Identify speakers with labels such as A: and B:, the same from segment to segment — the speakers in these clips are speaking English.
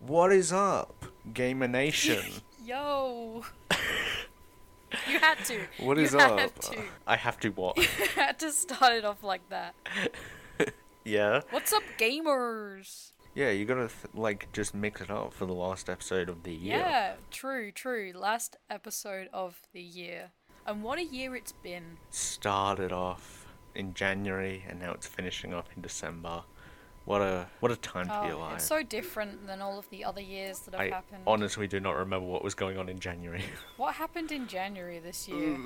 A: What is up, Gamer Nation?
B: Yo. you had to.
A: What is
B: you
A: up?
B: Had to.
A: I have to what?
B: You had to start it off like that.
A: yeah.
B: What's up, gamers?
A: Yeah, you gotta th- like just mix it up for the last episode of the year.
B: yeah, true, true. Last episode of the year. And what a year it's been.
A: Started off in January and now it's finishing up in December. What a what a time to be
B: Oh,
A: alive.
B: it's so different than all of the other years that have
A: I
B: happened.
A: honestly do not remember what was going on in January.
B: What happened in January this year?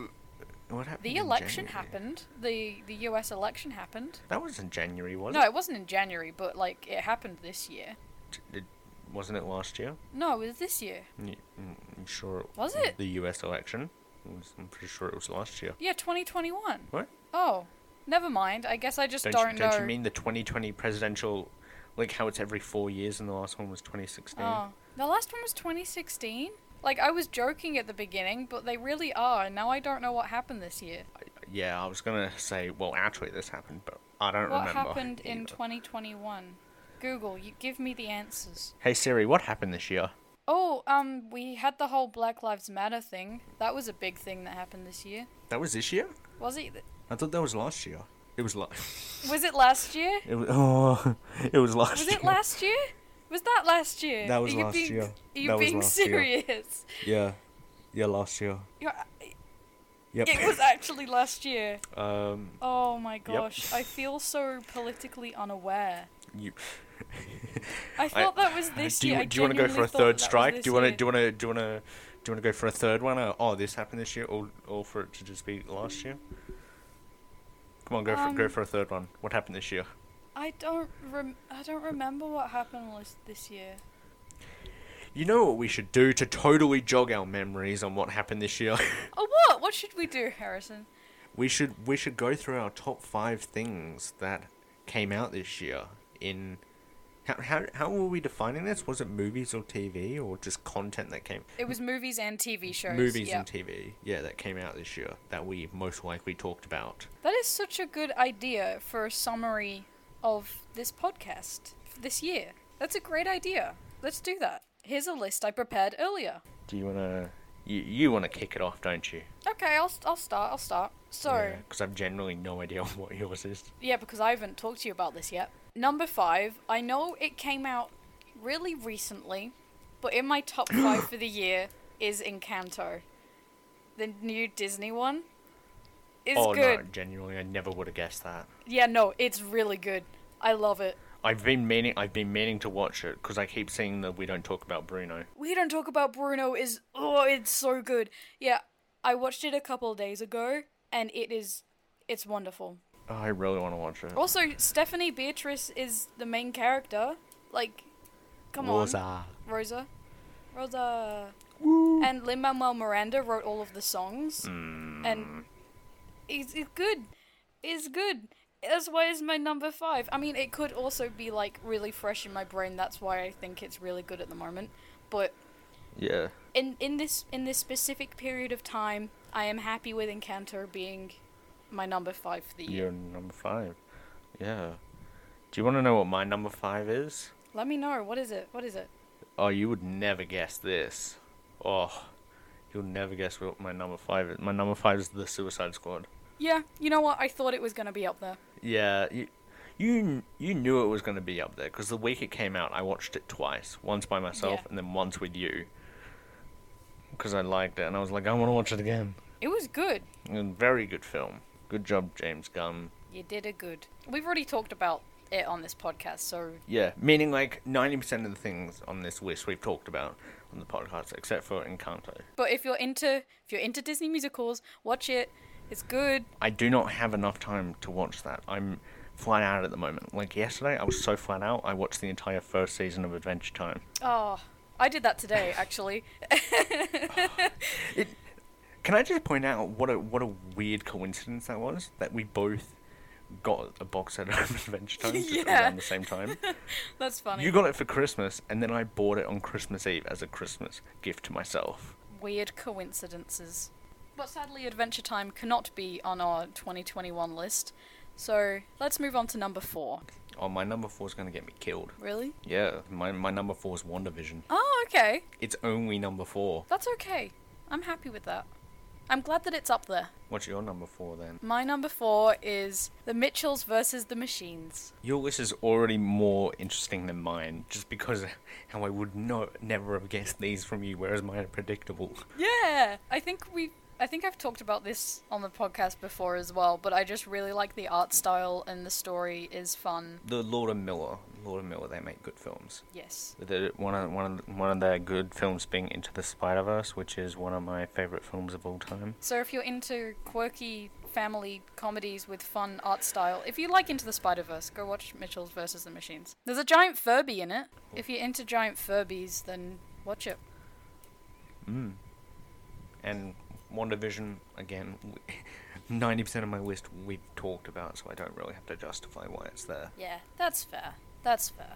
A: what happened?
B: The
A: in
B: election
A: January?
B: happened. The the US election happened.
A: That wasn't January, was
B: no,
A: it?
B: it wasn't in January, but like it happened this year.
A: It wasn't it last year?
B: No, it was this year.
A: Y- mm, I'm sure. It,
B: Was it?
A: the U.S. election? It was- I'm pretty sure it was last year.
B: Yeah, 2021.
A: What?
B: Oh, never mind. I guess I just
A: Don't,
B: don't,
A: you,
B: know.
A: don't you mean the 2020 presidential? Like how it's every four years, and the last one was 2016.
B: Oh, the last one was 2016. Like I was joking at the beginning, but they really are. And now I don't know what happened this year.
A: Yeah, I was gonna say, well, actually, this happened, but I don't
B: what
A: remember.
B: happened in
A: either.
B: 2021? Google, you give me the answers.
A: Hey Siri, what happened this year?
B: Oh, um, we had the whole Black Lives Matter thing. That was a big thing that happened this year.
A: That was this year.
B: Was it?
A: I thought that was last year. It was last.
B: Was it last year?
A: It was. Oh, it was last.
B: Was it last year? Was that last year?
A: That was
B: Are you
A: last
B: being,
A: year.
B: Are you
A: That was
B: being
A: last year.
B: serious?
A: Yeah, yeah, last year.
B: You're-
A: Yep.
B: It was actually last year.
A: um,
B: Oh my gosh, I feel so politically unaware.
A: you.
B: I thought that was
A: Uh,
B: this
A: do you,
B: year.
A: Do you want to go for a third strike? Do you want to?
B: want
A: Do you want to? Do you want to? Do you want to go for a third one? Uh, oh, this happened this year, or or for it to just be last year? Come on, go for go
B: Um,
A: for a third one. What happened this year?
B: I don't. Rem- I don't remember what happened was this year.
A: You know what we should do to totally jog our memories on what happened this year.
B: Oh what? What should we do, Harrison?
A: we should we should go through our top five things that came out this year in. How, how, how were we defining this? Was it movies or TV or just content that came?
B: It was movies and TV shows.
A: movies
B: yeah.
A: and TV, yeah, that came out this year that we most likely talked about.
B: That is such a good idea for a summary of this podcast for this year. That's a great idea. Let's do that. Here's a list I prepared earlier.
A: Do you wanna? You, you wanna kick it off, don't you?
B: Okay, I'll, I'll start. I'll start. So, yeah.
A: Because I've generally no idea what yours is.
B: because I haven't talked to you about this yet. Number five, I know it came out really recently, but in my top five for the year is Encanto. The new Disney one is
A: oh
B: good.
A: no, genuinely, I never would have guessed that.
B: Yeah, no, it's really good. I love it.
A: I've been meaning, I've been meaning to watch it because I keep seeing that we don't talk about Bruno.
B: We Don't Talk About Bruno is oh, it's so good. Yeah, I watched it a couple of days ago, and it is, it's wonderful.
A: Oh, I really want to watch it.
B: Also, Stephanie Beatrice is the main character. Like, come on,
A: Rosa.
B: Rosa, Rosa, and Lin Manuel Miranda wrote all of the songs, and it's, it's good. It's good. That's why it's my number five. I mean, it could also be like really fresh in my brain. That's why I think it's really good at the moment. But
A: Yeah.
B: in in this in this specific period of time, I am happy with Encanto being my number five for the year.
A: You're number five. Yeah. Do you want to know what my number five is?
B: Let me know what is it? What is it?
A: Oh, you would never guess this. Oh, you'll never guess what my number five is. My number five is the Suicide Squad.
B: Yeah, you know what? I thought it was gonna be up there.
A: Yeah, you you, you knew it was going to be up there because the week it came out, I watched it twice. Once by myself
B: Yeah.
A: and then once with you. Because I liked it and I was like, I want to watch it again.
B: It was good.
A: And very good film. Good job, James Gunn.
B: You did a good. We've already talked about it on this podcast, so
A: Yeah, meaning like 90% of the things on this list we've talked about on the podcast, except for Encanto.
B: but if you're into if you're into Disney musicals, watch it. It's good.
A: I do not have enough time to watch that. I'm flat out at the moment. Like yesterday, I was so flat out, I watched the entire first season of Adventure Time.
B: Oh, I did that today actually.
A: Can I just point out what a what a weird coincidence that was that we both got a box set of Adventure Time just
B: Yeah.
A: around the same time.
B: That's funny.
A: you got it for Christmas, and then I bought it on Christmas Eve as a Christmas gift to myself.
B: Weird coincidences. But sadly, Adventure Time cannot be on our 2021 list. So let's move on to number four.
A: Oh, my number four is gonna get me killed.
B: Really?
A: Yeah, my my number four is WandaVision.
B: Oh, okay.
A: It's only number four.
B: That's okay. I'm happy with that. I'm glad that it's up there.
A: What's your number four then?
B: My number four is The Mitchells versus the Machines.
A: Your list is already more interesting than mine, just because how I would no never have guessed these from you, whereas mine are predictable.
B: Yeah, I think we. I think I've talked about this on the podcast before as well, but I just really like the art style and the story is fun.
A: The Lord and Miller, Lord and Miller, they make good films.
B: Yes.
A: The, one of one of one of their good films being Into the Spider Verse, which is one of my favorite films of all time.
B: So if you're into quirky family comedies with fun art style, if you like Into the Spider Verse, go watch Mitchell's versus the Machines. There's a giant Furby in it. If you're into giant Furbies, then watch it.
A: Mm. And WandaVision again. Ninety percent of my list we've talked about, so I don't really have to justify why it's there.
B: Yeah, that's fair. That's fair.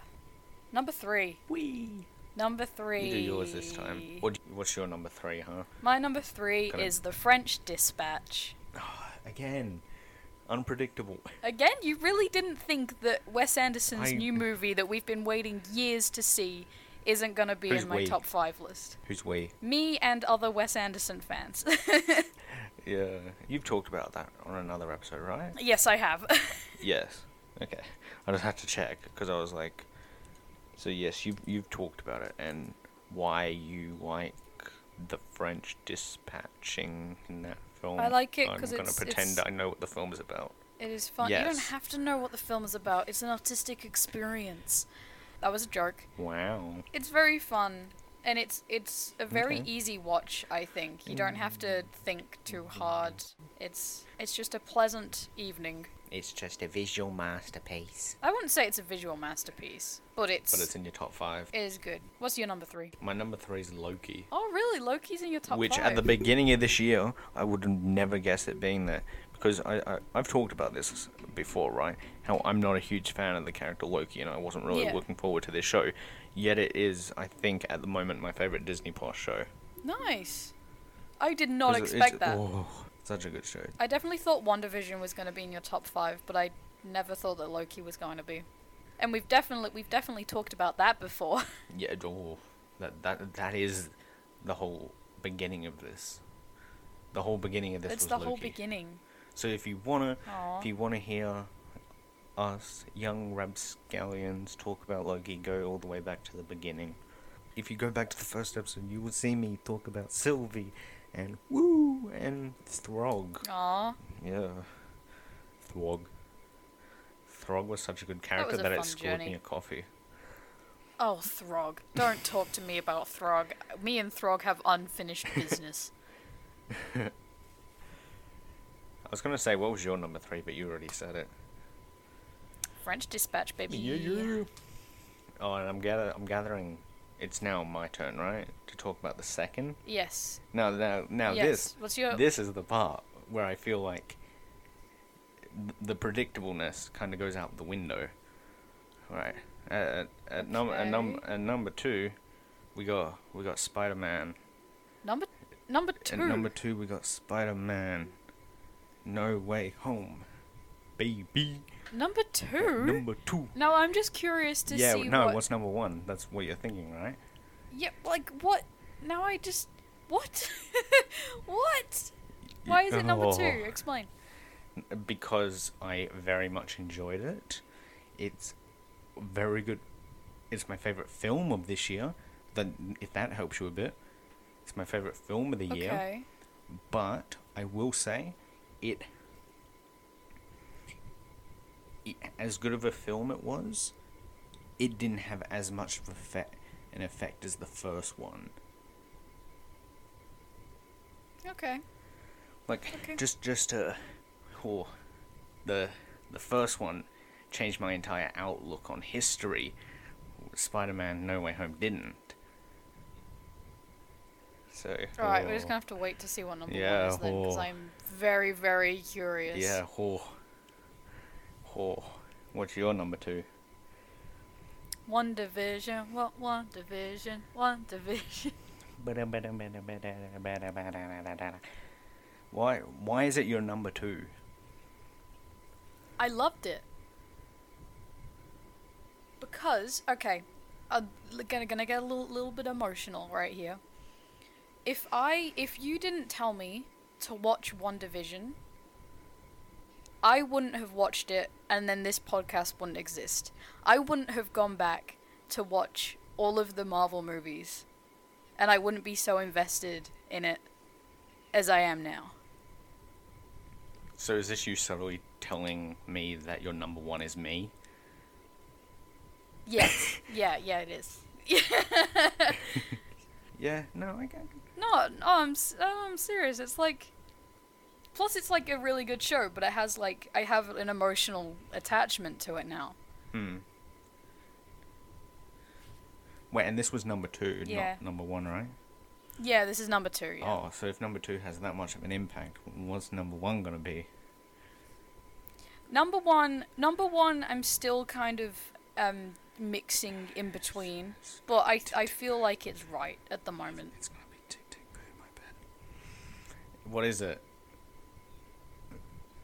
B: Number three.
A: Wee.
B: Number three.
A: You do yours this time. What, do- what's your number three, huh?
B: My number three
A: Gonna-
B: is The French Dispatch.
A: Again, unpredictable.
B: Again, you really didn't think that Wes Anderson's
A: I-
B: new movie that we've been waiting years to see isn't going to be
A: Who's
B: in my
A: we?
B: top five list.
A: Who's we?
B: Me and other Wes Anderson fans.
A: Yeah, you've talked about that on another episode, right?
B: yes, I have.
A: Yes. Okay. I just had to check because I was like, so yes, you you've talked about it and why you like the French dispatching in that film.
B: I like it
A: I'm
B: 'cause
A: gonna
B: it's-
A: pretend
B: it's-
A: I know what the film is about.
B: it is fun. You
A: Yes.
B: don't have to know what the film is about, it's an artistic experience. That was a joke.
A: Wow.
B: It's very fun. And it's it's a very
A: Okay. Mm.
B: easy watch, I think. You don't have to think too hard. It's it's just a pleasant evening.
A: It's just a visual masterpiece.
B: I wouldn't say it's a visual masterpiece, but it's,
A: But it's in your top five.
B: it is good. What's your number three?
A: My number three is Loki.
B: Oh, really? Loki's in your top
A: which
B: five.
A: at the beginning of this year I would have never guessed it being there because I, I I've talked about this before, right? How I'm not a huge fan of the character Loki, and I wasn't really
B: Yeah.
A: looking forward to this show. Yet it is, I think, at the moment my favorite Disney Plus show.
B: nice. I did not
A: 'Cause it-
B: expect
A: it's-
B: that.
A: oh, such a good show.
B: I definitely thought WandaVision was going to be in your top five, but I never thought that Loki was going to be. And we've definitely we've definitely talked about that before.
A: Yeah, oh, that that that is the whole beginning of this. The whole beginning of this
B: it's
A: was
B: the
A: Loki.
B: whole beginning.
A: So if you wanna,
B: Aw.
A: if you wanna hear us young rapscallions talk about Loki, go all the way back to the beginning. If you go back to the first episode, you will see me talk about Sylvie, and Woo, and Throg.
B: Aw,
A: Yeah, Throg. Throg was such a good character
B: was a
A: that,
B: fun
A: it scored
B: journey.
A: me a coffee.
B: oh Throg, don't talk to me about Throg. Me and Throg have unfinished business.
A: I was gonna say what was your number three, but you already said it.
B: French Dispatch, baby.
A: Oh, and I'm gather I'm gathering. It's now my turn, right, to talk about the second.
B: Yes.
A: Now, now, now
B: yes.
A: this
B: What's your
A: this is the part where I feel like th- the predictableness kind of goes out the window. Right. At, at, at number at, num-
B: Okay.
A: at number two, we got we got Spider Man.
B: number number two?
A: At Uh, number two, we got Spider Man. No way home, baby.
B: Number
A: At
B: two?
A: Number two.
B: no, I'm just curious to
A: yeah.
B: see
A: No.
B: what.
A: What's number one? That's what you're thinking, right?
B: Yeah, like what? Now I just what? what? Why is it number two?
A: Oh.
B: Explain.
A: because I very much enjoyed it. It's very good. It's my favorite film of this year. Then, if that helps you a bit, it's my favorite film of the year.
B: Okay.
A: But I will say, it, it as good of a film it was, it didn't have as much of effect, an effect as the first one.
B: Okay.
A: Like
B: Okay.
A: just just to, oh, the the first one changed my entire outlook on history. Spider-Man: No Way Home didn't. So.
B: All right, we're just
A: oh,
B: gonna have to wait to see what number
A: Yeah,
B: one is then, because
A: oh.
B: I'm very, very curious.
A: Yeah. Oh. Oh. What's your number two?
B: One division. What? One division. One division.
A: Why why is it your number two?
B: I loved it. Because, okay, I'm l- gonna, gonna get a little, little bit emotional right here. If I, if you didn't tell me to watch One Division, I wouldn't have watched it, and then this podcast wouldn't exist. I wouldn't have gone back to watch all of the Marvel movies, and I wouldn't be so invested in it as I am now.
A: So is this you subtly telling me that your number one is me?
B: Yes, yeah, yeah, it is.
A: Yeah, no, I can.
B: No, no, I'm s- oh, I'm serious. It's like, plus it's like a really good show, but it has like I have an emotional attachment to it now.
A: Hmm. Wait, and this was number two,
B: Yeah.
A: not number one, right?
B: Yeah, this is number two. Yeah.
A: Oh, so if number two has that much of an impact, what's number one gonna be?
B: Number one, number one, I'm still kind of um mixing in between, but I I feel like it's right at the moment.
A: It's gonna be tick tick boom, my bad. What is it?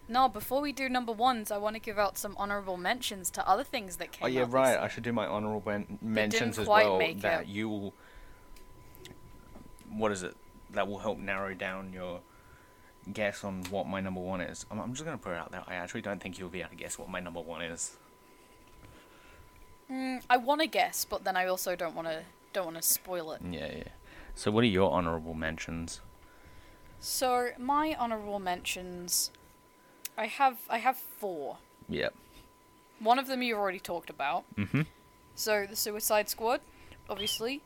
B: No, before we do number ones, I want to give out some honorable mentions to other things that came.
A: oh yeah,
B: out this
A: right. I should do my honorable men- mentions as
B: quite
A: well.
B: make
A: That
B: it.
A: you will. What is it that will help narrow down your guess on what my number one is? I'm, I'm just gonna put it out there. I actually don't think you'll be able to guess what my number one is.
B: Mm, I want to guess, but then I also don't want to don't want to spoil it.
A: Yeah, yeah. So what are your honorable mentions?
B: So my honorable mentions, I have I have four.
A: Yep.
B: One of them you've already talked about.
A: Mm-hmm.
B: So the Suicide Squad, obviously,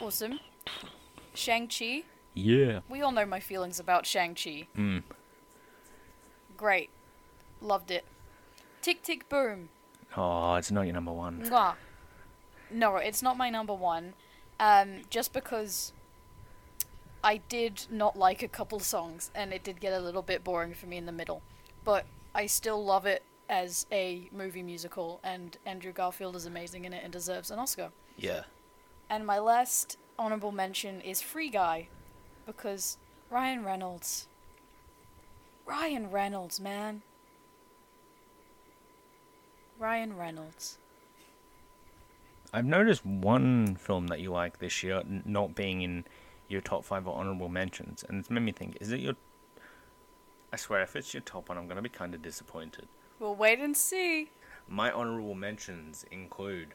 B: awesome. Shang Chi.
A: Yeah.
B: We all know my feelings about Shang Chi.
A: Mm.
B: Great, loved it. Tick Tick Boom.
A: Oh, it's not your number one.
B: Mwah. No, it's not my number one. Um, just because I did not like a couple songs, and it did get a little bit boring for me in the middle. But I still love it as a movie musical, and Andrew Garfield is amazing in it and deserves an Oscar.
A: Yeah.
B: And my last honorable mention is Free Guy, because Ryan Reynolds. Ryan Reynolds, man. Ryan Reynolds.
A: I've noticed one film that you like this year n- not being in your top five or honorable mentions, and it's made me think: Is it your? I swear, if it's your top one, I'm gonna be kind of disappointed.
B: We'll wait and see.
A: My honorable mentions include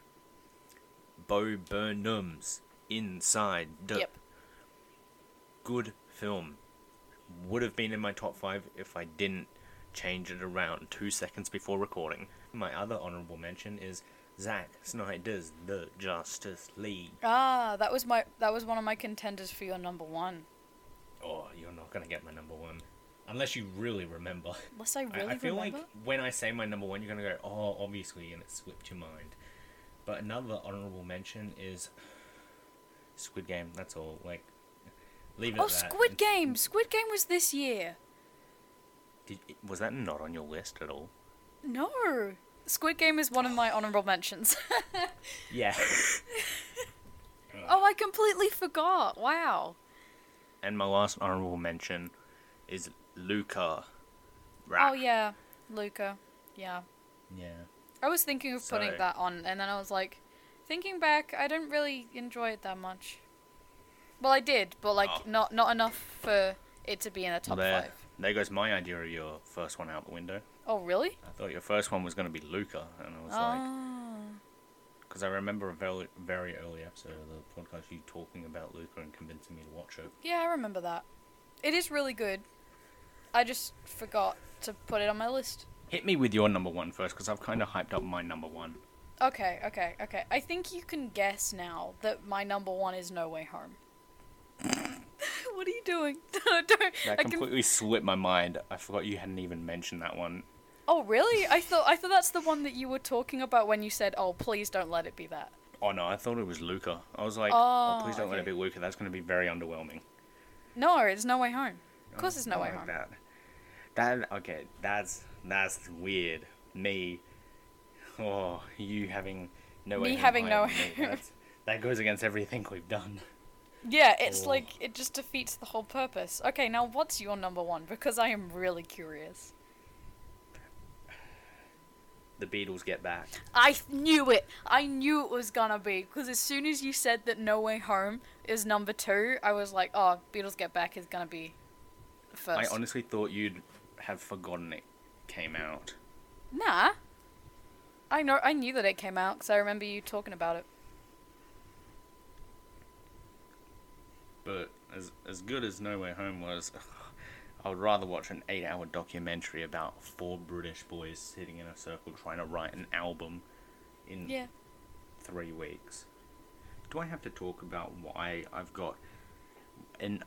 A: Bo Burnham's Inside the
B: Yep.
A: good film. Would have been in my top five if I didn't change it around two seconds before recording. My other honorable mention is Zack Snyder's The Justice League.
B: Ah, that was my that was one of my contenders for your number one.
A: Oh, you're not gonna get my number one. Unless you really remember.
B: Unless I
A: I-
B: really
A: I, feel
B: remember.
A: like when I say my number one, you're gonna go, oh, obviously, and it slipped your mind. But another honorable mention is Squid Game. That's all. Like, leave it.
B: oh,
A: at that.
B: Squid Game! Squid Game was this year.
A: Did, was that not on your list at all?
B: No, Squid Game is one of my honorable mentions.
A: Yeah.
B: oh, I completely forgot. Wow.
A: and my last honorable mention is Luca.
B: Oh yeah, Luca. Yeah,
A: Yeah.
B: I was thinking of putting
A: So-
B: that on, and then I was like, thinking back, I didn't really enjoy it that much. Well, I did, but like
A: Oh.
B: not not enough for it to be in the top
A: there,
B: five.
A: there goes my idea of your first one out the window.
B: Oh really?
A: I thought your first one was going to be Luca, and I was like,
B: Ah.
A: because I remember a very, very early episode of the podcast you talking about Luca and convincing me to watch it.
B: Yeah, I remember that. It is really good. I just forgot to put it on my list.
A: Hit me with your number one first, because I've kind of hyped up my number one.
B: Okay, okay, okay. I think you can guess now that my number one is No Way Home. what are you doing? No, don't.
A: That
B: I can-
A: completely slipped my mind. I forgot you hadn't even mentioned that one.
B: Oh, really? I thought I thought that's the one that you were talking about when you said, "Oh, please don't let it be that."
A: Oh no, I thought it was Luca. I was like, oh,
B: Oh,
A: please don't let it
B: okay.
A: be Luca. That's going to be very underwhelming.
B: No, it's No Way Home. Of course, it's
A: Oh, I
B: No Way
A: like
B: Home.
A: That. that okay. That's that's weird. Me, oh, you having no way.
B: Me
A: home
B: having
A: higher
B: no-
A: than me. That's- That goes against everything we've done.
B: Yeah, it's
A: Oh.
B: like it just defeats the whole purpose. Okay, now what's your number one? Because I am really curious.
A: the Beatles Get Back.
B: I th- knew it. I knew it was gonna be because as soon as you said that No Way Home is number two, I was like, oh, Beatles Get Back is gonna be
A: I
B: first.
A: honestly thought you'd have forgotten it came out.
B: nah. I know. I knew that it came out because I remember you talking about it.
A: But as as good as No Way Home was, I would rather watch an eight-hour documentary about four British boys sitting in a circle trying to write an album in
B: Yeah.
A: three weeks. Do I have to talk about why I've got an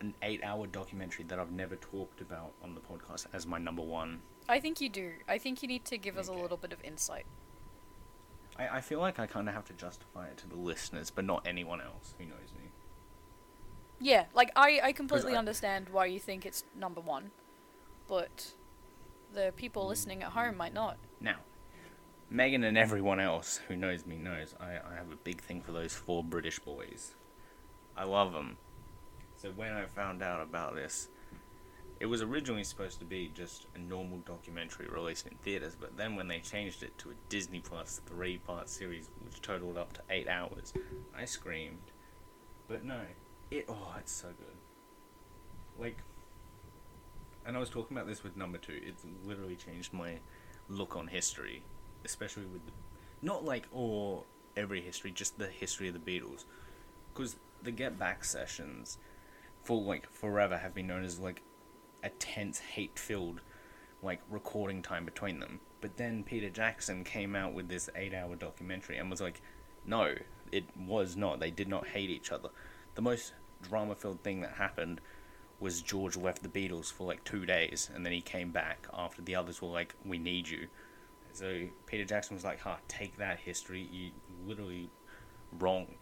A: an eight-hour documentary that I've never talked about on the podcast as my number one?
B: I think you do. I think you need to give us a
A: Okay.
B: little bit of insight.
A: I, I feel like I kind of have to justify it to the listeners, but not anyone else who knows me.
B: Yeah, like I, I completely
A: I-
B: understand why you think it's number one, but the
A: Mm.
B: people listening at home might not.
A: Now, Megan and everyone else who knows me knows I, I have a big thing for those four British boys. I love them. So when I found out about this, it was originally supposed to be just a normal documentary released in theaters, but then when they changed it to a Disney Plus three part series, which totaled up to eight hours, I screamed. But no, it oh, it's so good. Like, and I was talking about this with number two. It's literally changed my look on history, especially with the, not like or every history, just the history of the Beatles, because the Get Back sessions for like forever have been known as like a tense, hate-filled like recording time between them. But then Peter Jackson came out with this eight-hour documentary and was like, "No, it was not. They did not hate each other. The most drama-filled thing that happened." was George left the Beatles for like two days and then he came back after the others were like, We need you. So Peter Jackson was like, Ha, take that history, you literally wrong.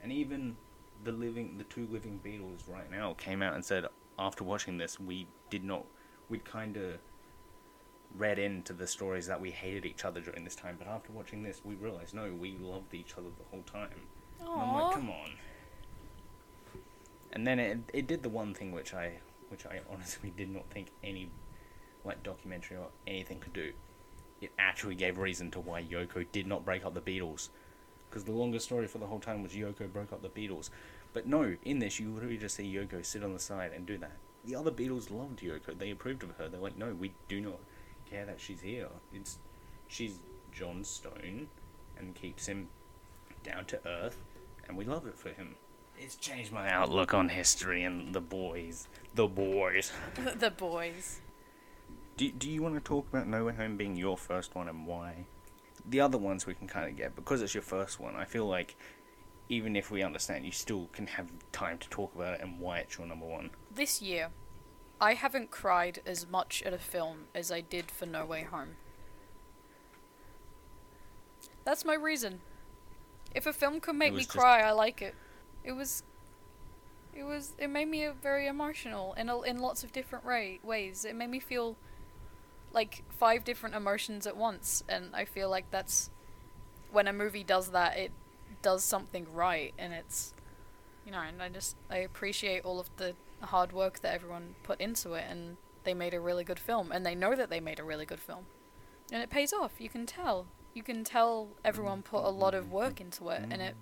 A: And even the living the two living Beatles right now came out and said after watching this we did not we'd kinda read into the stories that we hated each other during this time, but after watching this we realized no, we loved each other the whole time. And I'm like,
B: Aww.
A: come on. And then it it did the one thing which I which I honestly did not think any like documentary or anything could do. It actually gave reason to why Yoko did not break up the Beatles. Because the longest story for the whole time was Yoko broke up the Beatles. But no, in this you literally just see Yoko sit on the side and do that. The other Beatles loved Yoko. They approved of her. They're like, no, we do not care that she's here. It's she's John Stone and keeps him down to earth, and we love it for him. It's changed my outlook on history and the boys. The boys.
B: the boys.
A: Do, do you want to talk about No Way Home being your first one and why? The other ones we can kind of get because it's your first one. I feel like even if we understand, you still can have time to talk about it and why it's your number one.
B: This year, I haven't cried as much at a film as I did for No Way Home. That's my reason. If a film could make me
A: was just-
B: cry, I like it. It was. It was. It made me very emotional in a, in lots of different ray, ways. It made me feel like five different emotions at once, and I feel like that's when a movie does that, it does something right, and it's you know, and I just I appreciate all of the hard work that everyone put into it, and they made a really good film, and they know that they made a really good film, and it pays off. You can tell. You can tell everyone put a lot of work into it, and it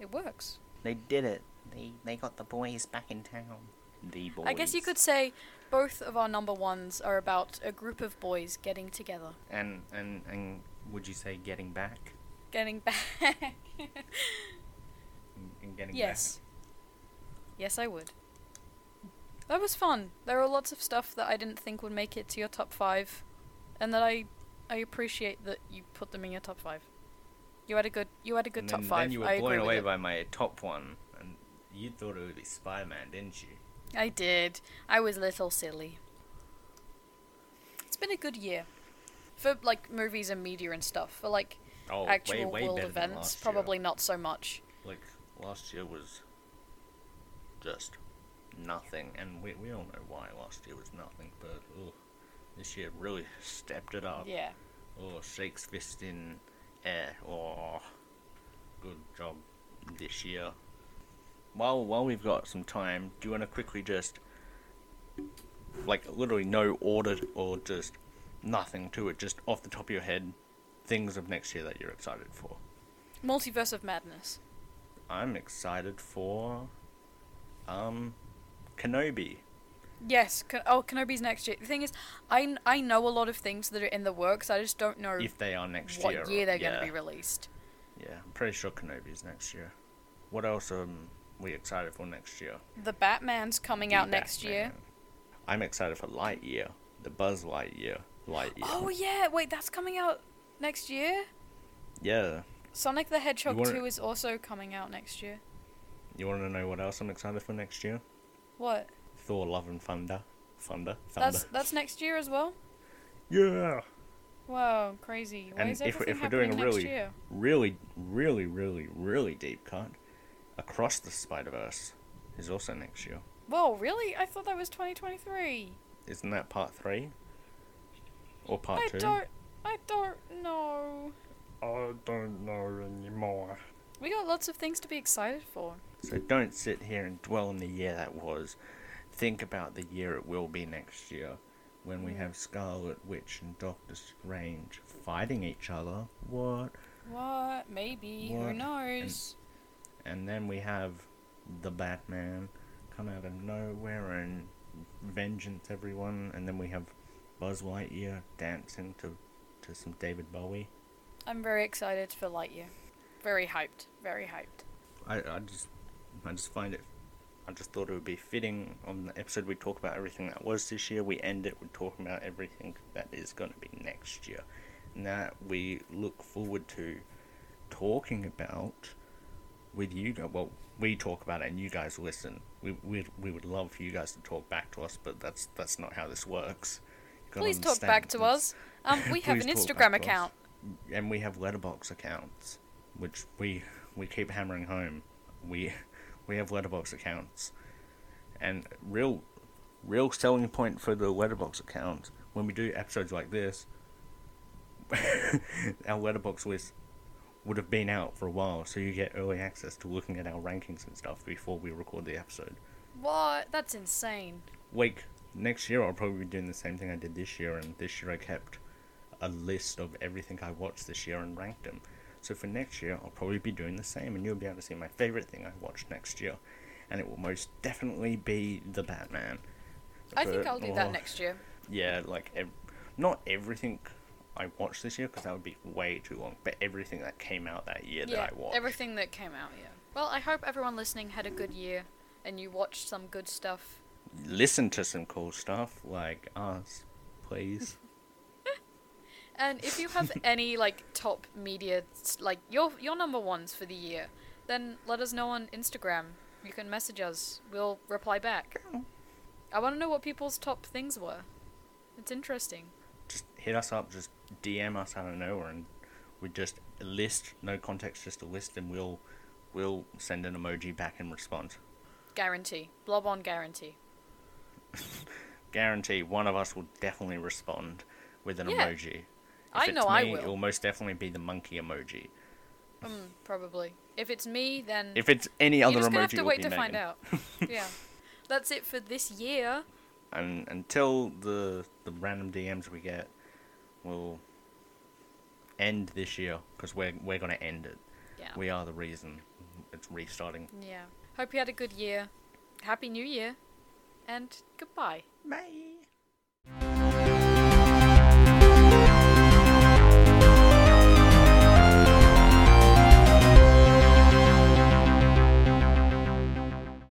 B: it works.
C: They did it. They they got the boys back in town.
A: The boys.
B: I guess you could say both of our number ones are about a group of boys getting together,
A: And and and would you say getting back?
B: getting back.
A: And- And getting
B: yes. Yes, I would. That was fun. There are lots of stuff that I didn't think would make it to your top five, and that I, I appreciate that you put them in your top five. You had a good, you had a good
A: and
B: top
A: then,
B: five.
A: Then you were
B: I agree
A: blown
B: with
A: away
B: you.
A: by my top one, and you thought it would be Spider Man, didn't you?
B: I did. I was a little silly. It's been a good year, for like movies and media and stuff. For like
A: Oh,
B: actual world
A: better than
B: events,
A: last year.
B: probably not so much.
A: Like last year was just nothing, and we we all know why last year was nothing. But ugh, this year really stepped it up.
B: Yeah.
A: Oh, shakes fist in air. Oh, good job this year. While while we've got some time, do you want to quickly just like literally no order or just nothing to it, just off the top of your head, things of next year that you're excited for.
B: Multiverse of Madness.
A: I'm excited for um Kenobi.
B: Yes. Ken- oh, Kenobi's next year. The thing is, I, kn- I know a lot of things that are in the works. I just don't know
A: If they are next
B: what
A: year.
B: year they're
A: yeah.
B: going to be released.
A: Yeah, I'm pretty sure Kenobi's next year. What else are we excited for next year?
B: The Batman's coming out
A: The
B: next year.
A: Batman. I'm excited for Lightyear, the Buzz Lightyear, Lightyear.
B: Oh yeah, wait, that's coming out next year.
A: yeah.
B: Sonic the Hedgehog
A: wanna-
B: 2 is also coming out next year.
A: You want to know what else I'm excited for next year?
B: What?
A: Thor: Love and Thunder, Thunder, Thunder.
B: That's that's next year as well.
A: Yeah.
B: Wow, crazy. Why
A: And
B: is
A: if we-
B: everything
A: if we're doing
B: happening
A: a
B: next
A: really-
B: year?
A: Really, really, really, really deep cut. Across the Spider Verse is also next year.
B: Whoa, really? I thought that was 2023.
A: Isn't that part three? Or part
B: I
A: two?
B: don't. I don't know.
D: I don't know anymore.
B: We got lots of things to be excited for.
A: So don't sit here and dwell on the year that was. Think about the year it will be next year when
B: Mm.
A: we have Scarlet Witch and Doctor Strange fighting each other. What?
B: What? Maybe. Who
A: What?
B: knows?
A: And then we have the Batman come out of nowhere and vengeance everyone. And then we have Buzz Lightyear dancing to, to some David Bowie.
B: I'm very excited for Lightyear. Very hyped. Very hyped.
A: I, I just I just find it I just thought it would be fitting on the episode we talk about everything that was this year. We end it with talking about everything that is going to be next year. And that we look forward to talking about with you. gu- Well, we talk about it and you guys listen. We we we would love for you guys to talk back to us, but that's that's not how this works. You gotta
B: Please talk back
A: understand
B: to
A: that's-
B: us. Um, we have an
A: Please talk
B: Instagram
A: back to us.
B: account.
A: and we have letterbox accounts, which we we keep hammering home. We we have letterbox accounts, and real real selling point for the letterbox account when we do episodes like this, our letterbox list would have been out for a while, so you get early access to looking at our rankings and stuff before we record the episode.
B: What? That's insane.
A: Like next year, I'll probably be doing the same thing I did this year, and this year I kept a list of everything I watched this year and ranked them. So for next year, I'll probably be doing the same, and you'll be able to see my favorite thing I watched next year, and it will most definitely be the Batman.
B: I think
A: But-
B: I'll do
A: or-
B: that next year.
A: Yeah, like ev- not everything I watched this year because that would be way too long, but everything that came out that year
B: Yeah,
A: that I watched.
B: everything that came out. Yeah. Well, I hope everyone listening had a good year and you watched some good stuff.
A: Listen to some cool stuff like us, please.
B: And if you have any like top media, s- like your your number ones for the year, then let us know on Instagram. You can message us. We'll reply back. I want to know what people's top things were. It's interesting.
A: just hit us up, just DM us out of nowhere, and we just a list, no context, just a list, and we'll we'll send an emoji back in response.
B: Guarantee. Blob on guarantee.
A: Guarantee one of us will definitely respond with an
B: Yeah.
A: emoji. If
B: I
A: it's
B: know I
A: me,
B: will.
A: It'll most definitely be the monkey emoji.
B: Mm, probably. If it's me, then
A: If it's any
B: you're
A: other
B: just
A: emoji,
B: gonna have to
A: it'll
B: wait
A: be
B: to find
A: Megan.
B: out. yeah. That's it for this year.
A: And until the the random DMs we get, will end this year because we're we're gonna end it.
B: Yeah.
A: We are the reason. It's restarting.
B: Yeah. Hope you had a good year. Happy New Year. And goodbye.
A: Bye.